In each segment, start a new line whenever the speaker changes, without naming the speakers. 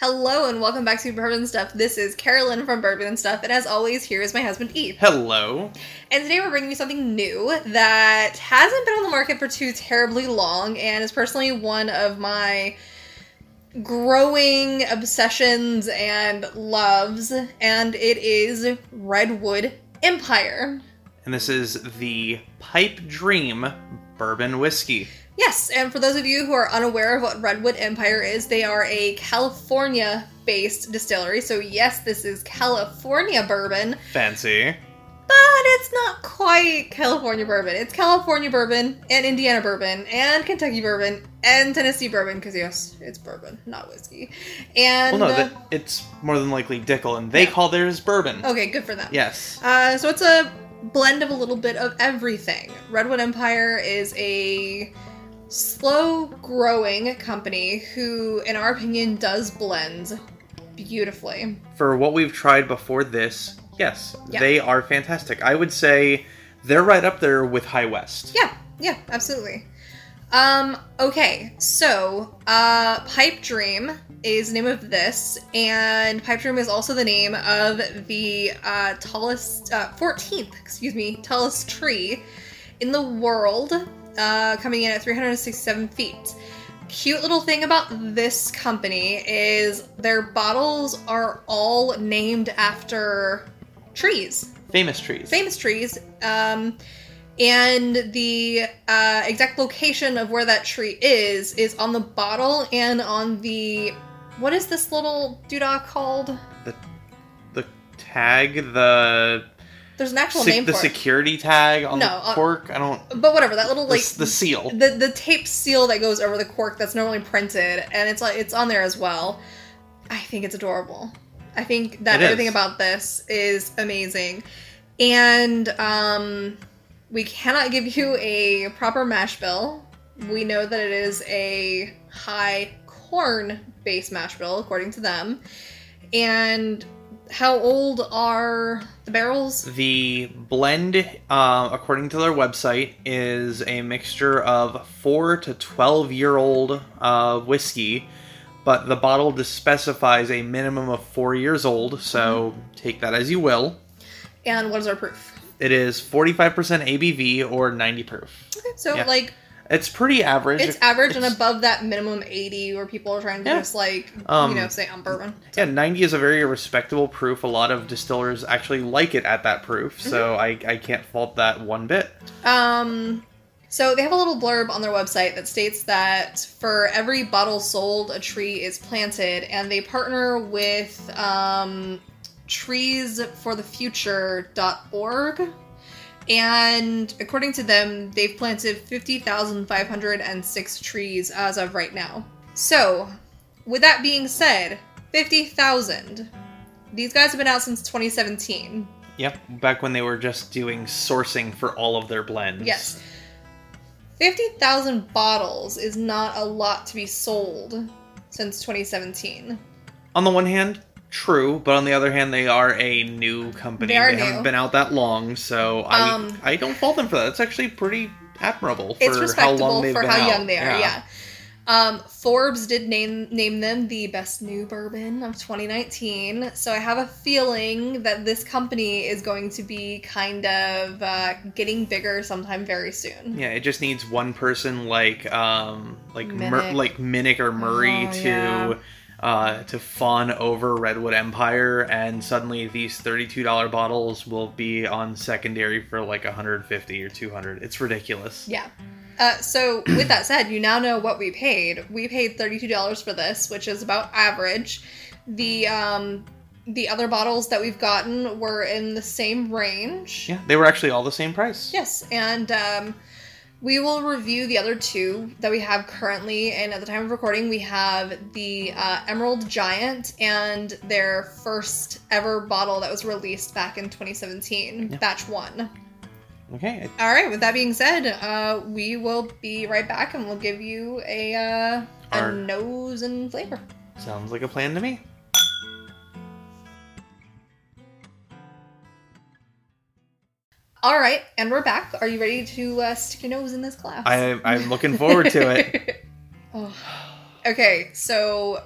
Hello and welcome back to Bourbon Stuff. This is Carolyn from Bourbon Stuff, and as always, here is my husband Eve.
Hello.
And today we're bringing you something new that hasn't been on the market for too terribly long, and is personally one of my growing obsessions and loves, and it is Redwood Empire.
And this is the Pipe Dream Bourbon Whiskey.
Yes, and for those of you who are unaware of what Redwood Empire is, they are a California based distillery. So, yes, this is California bourbon,
Fancy.
but it's not quite California bourbon. It's California bourbon, and Indiana bourbon, and Kentucky bourbon, and Tennessee bourbon, because, yes, it's bourbon, not whiskey. And.
Well, no,
uh,
that, it's more than likely Dickel, and they
yeah. Oh.
call theirs bourbon.
okay, good for them.
Yes.
Uh, so it's a blend of a little bit of everything. Redwood Empire is a slow growing company who, in our opinion, does blend beautifully.
For what we've tried before this, yes,
Yeah.
they are fantastic. I would say they're right up there with High West.
Yeah, yeah, absolutely. Um, okay, so uh, Pipe Dream is the name of this, and Pipe Dream is also the name of the uh, tallest, uh, 14th, excuse me, tallest tree in the world, uh, coming in at 367 feet. Cute little thing about this company is their bottles are all named after trees
Famous trees.
famous trees. Um, and the uh, exact location of where that tree is is on the bottle and on the what is this little doodah called?
the tag, the
There's an actual
sec-
name
the
for
security tag on
No,
the
uh,
cork. I don't.
it, but whatever that little
the
like
s- the seal.
the the tape seal that goes over the cork that's normally printed and it's like it's on there as well. I think it's adorable. I think that
It is.
everything about this is amazing. And um we cannot give you a proper mash bill. We know that it is a high corn based mash bill according to them. And how old are the barrels?
The blend, uh, according to their website, is a mixture of four to twelve year old uh, whiskey, but the bottle just specifies a minimum of four years old. So
Mm-hmm.
take that as you will.
And what is our proof?
It is forty five percent ABV or ninety proof.
Okay, so
Yeah.
like
It's pretty average.
it's average and
It's-
above that minimum 80 where people are trying to
Yeah.
just like
Um,
you know say i'm bourbon
Yeah, ninety is a very respectable proof. A lot of distillers actually like it at that proof, so
Mm-hmm.
I, I can't fault that one bit.
um so they have a little blurb on their website that states that for every bottle sold a tree is planted and they partner with um treesforthefuture.org and according to them they've planted 50,506 trees as of right now so with that being said 50,000 these guys have been out since 2017
Yep, back when they were just doing sourcing for all of their blends.
Yes. 50,000 bottles is not a lot to be sold since 2017.
On the one hand, true, but on the other hand, they are a new company.
They are new.
haven't been out that long, so
Um,
I I don't fault them for that. It's actually pretty admirable for
It's
how
respectable
long they've
for
been
how
out.
young they are, yeah. Um, Forbes did name name them the best new bourbon of 2019, so I have a feeling that this company is going to be kind of uh, getting bigger sometime very soon.
Yeah, it just needs one person like um like Mur-
Minnick.
like Minnick or Murray
Oh,
to
yeah.
uh to fawn over Redwood Empire and suddenly these $32 bottles will be on secondary for like 150 or 200. It's ridiculous.
Yeah. Uh, so with that said, you now know what we paid. We paid thirty-two dollars for this, which is about average. The um, the other bottles that we've gotten were in the same range.
Yeah, they were actually all the same price.
Yes, and um, we will review the other two that we have currently. And at the time of recording, we have the uh, Emerald Giant and their first ever bottle that was released back in 2017,
Yeah.
batch one.
Okay,
All right. With that being said, uh, we will be right back, and we'll give you a uh, a
Our-
nose and flavor.
it sounds like a plan to me.
All right, and we're back. Are you ready to uh, stick your nose in this glass?
I I'm looking forward to it.
oh. Okay, so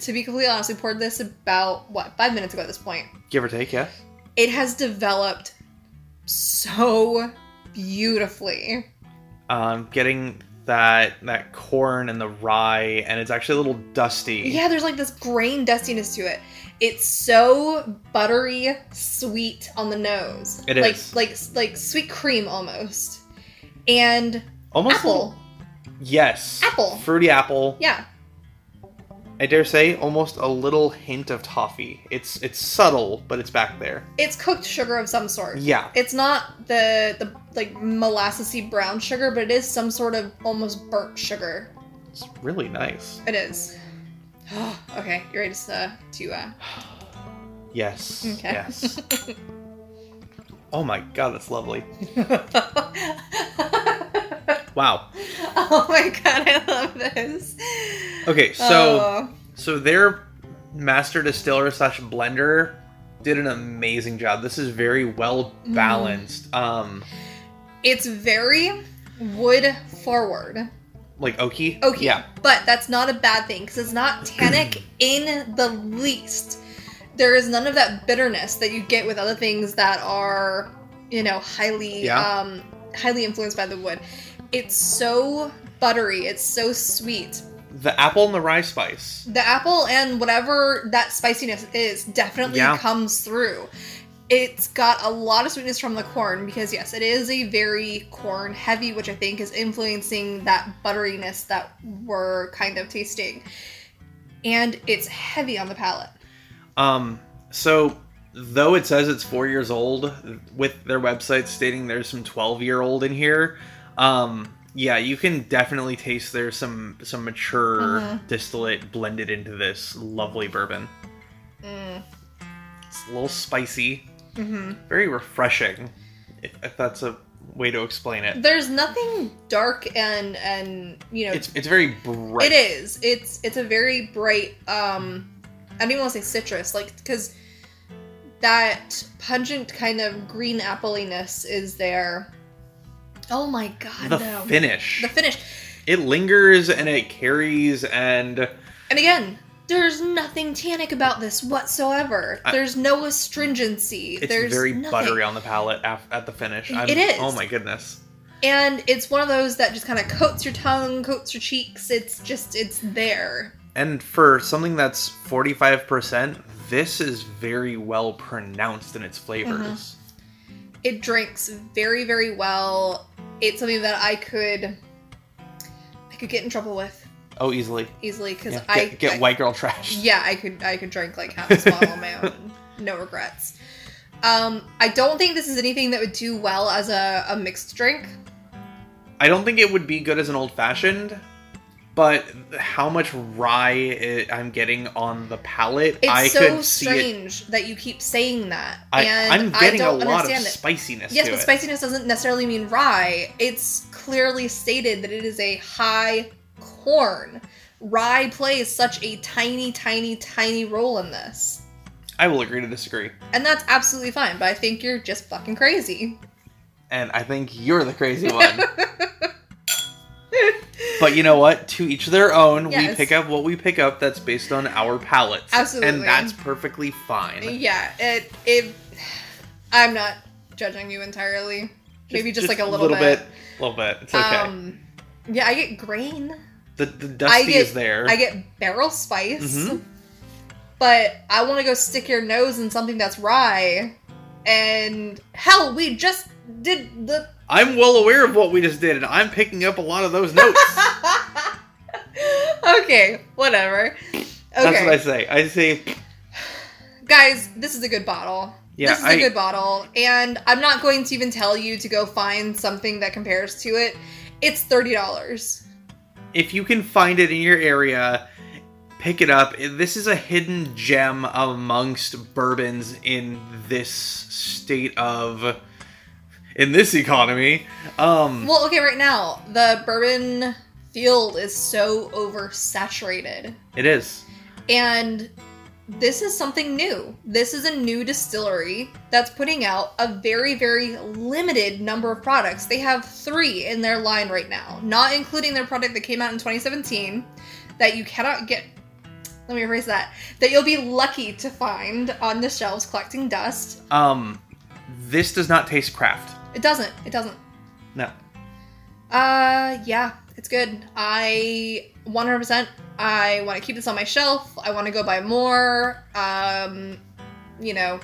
to be completely honest, we poured this about what five minutes ago at this point.
Give or take, yeah.
It has developed so beautifully.
Um, getting that that corn and the rye, and it's actually a little dusty.
Yeah, there's like this grain dustiness to it. It's so buttery, sweet on the nose.
It
like,
is.
like like sweet cream almost, and
almost
apple.
Yes.
Apple.
Fruity apple.
Yeah,
I dare say almost a little hint of toffee. It's it's subtle, but it's back there.
it's cooked sugar of some sort.
Yeah.
It's not the the like molassesy brown sugar, but it is some sort of almost burnt sugar.
It's really nice.
It is. okay, you ready to uh, to uh,
Yes.
Okay.
Yes. oh my god, that's lovely. Wow.
oh my god, I love this.
Okay,
Oh.
so so their master distiller slash blender did an amazing job. This is very well
Mm.
balanced. Um
Oh. it's very wood forward.
like oaky.
Okay,
Yeah.
but that's not a bad thing because it's not tannic in the least. There is none of that bitterness that you get with other things that are, you know, highly
Yeah.
um, highly influenced by the wood. It's so buttery. It's so sweet.
The apple and the rye spice.
the apple and whatever that spiciness is definitely
Yeah.
comes through. It's got a lot of sweetness from the corn because yes, it is a very corn heavy, which I think is influencing that butteriness that we're kind of tasting. And it's heavy on the palate.
Um, so though it says it's four years old, with their website stating there's some twelve year old in here, um, yeah, you can definitely taste there's some some mature
Mhm.
distillate blended into this lovely bourbon.
Mm.
It's a little spicy,
hmm
very refreshing, if, if that's a way to explain it.
There's nothing dark and and you know
It's it's very bright.
It is. It's it's a very bright. um I don't even want to say citrus, like because that pungent kind of green appliness is there. Oh my god,
The
no.
finish.
the finish,
it lingers and it carries and
and again, there's nothing tannic about this whatsoever.
I-
there's no astringency.
it's
there's
very
nothing.
buttery on the palate af- at the finish.
It
I'm,
is.
Oh my goodness.
and it's one of those that just kind of coats your tongue, coats your cheeks. It's just it's there.
And for something that's 45%, this is very well pronounced in its flavors.
Uh-huh. it drinks very very well it's something that i could i could get in trouble with
Oh, easily.
easily because
Yeah, get,
i
get
I-
white girl trash.
yeah i could i could drink like half this bottle on my own no regrets um i don't think this is anything that would do well as a, a mixed drink
I don't think it would be good as an old fashioned, but how much rye it, I'm getting on the palate,
it's
I
so
could see it.
strange that you keep saying that
I,
and
I'm getting
I don't
a lot of
understand it
spiciness
Yes,
to
but
it.
spiciness doesn't necessarily mean rye. It's clearly stated that it is a high corn. Rye plays such a tiny, tiny, tiny role in this.
I will agree to disagree.
And that's absolutely fine, but I think you're just fucking crazy.
And I think you're the crazy one. but you know what? To each their own, we
Yes.
pick up what we pick up that's based on our palates. And
Absolutely.
that's perfectly fine.
yeah, it it I'm not judging you entirely. Maybe just, like a little, bit.
A little bit. It's okay.
Um yeah, I get grain.
the, the dusty
get-
is there.
I get barrel spice,
Mhm.
but I want to go stick your nose in something that's rye. And hell, we just did the.
I'm well aware of what we just did, and I'm picking up a lot of those notes.
okay, whatever. Okay,
That's what I say. I say,
guys, this is a good bottle.
Yeah,
this is a
I-
good bottle, and I'm not going to even tell you to go find something that compares to it. It's thirty dollars.
if you can find it in your area, pick it up. This is a hidden gem amongst bourbons in this state of. in this economy. Um,
Well, okay, right now the bourbon field is so oversaturated.
it is.
And this is something new. This is a new distillery that's putting out a very, very limited number of products. They have three in their line right now, not including their product that came out in 2017 that you cannot get. let me rephrase that that you'll be lucky to find on the shelves collecting dust.
Um, this does not taste craft.
It doesn't. It doesn't.
No.
Uh, yeah, it's good. I 100%. I want to keep this on my shelf. I want to go buy more. Um, you know,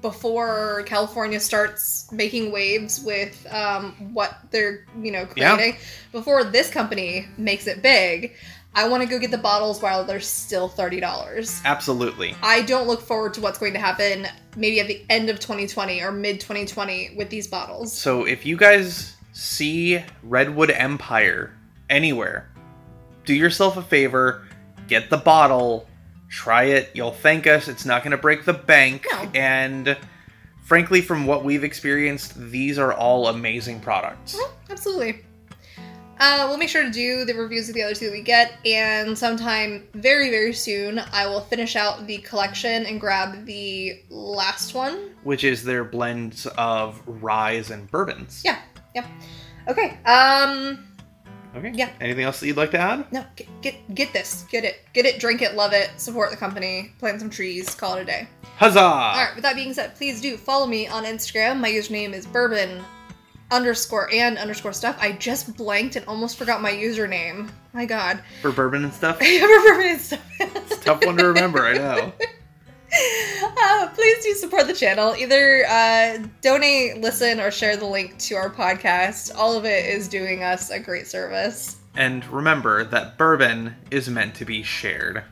before California starts making waves with um, what they're you know
Yeah.
creating, before this company makes it big, I want to go get the bottles while they're still thirty dollars.
Absolutely.
I don't look forward to what's going to happen maybe at the end of 2020 or mid 2020 with these bottles.
So if you guys see Redwood Empire anywhere, do yourself a favor, get the bottle, try it. You'll thank us. It's not going to break the bank.
No.
And frankly, from what we've experienced, these are all amazing products.
Mhm, Absolutely. Uh, we'll make sure to do the reviews of the other two that we get, and sometime very, very soon, I will finish out the collection and grab the last one.
Which is their blends of ryes and bourbons.
Yeah. Okay. Um.
Okay.
Yeah.
Anything else that you'd like to add?
No. Get get, get this. Get it. Get it. Drink it. Love it. Support the company. Plant some trees. Call it a day.
Huzzah!
All right. With that being said, please do follow me on Instagram. My username is bourbon underscore and underscore stuff. I just blanked and almost forgot my username. My God.
For bourbon and stuff.
I have a bourbon and stuff.
Tough one to remember, I know.
Uh, please do support the channel. Either uh, donate, listen, or share the link to our podcast. All of it is doing us a great service.
And remember that bourbon is meant to be shared.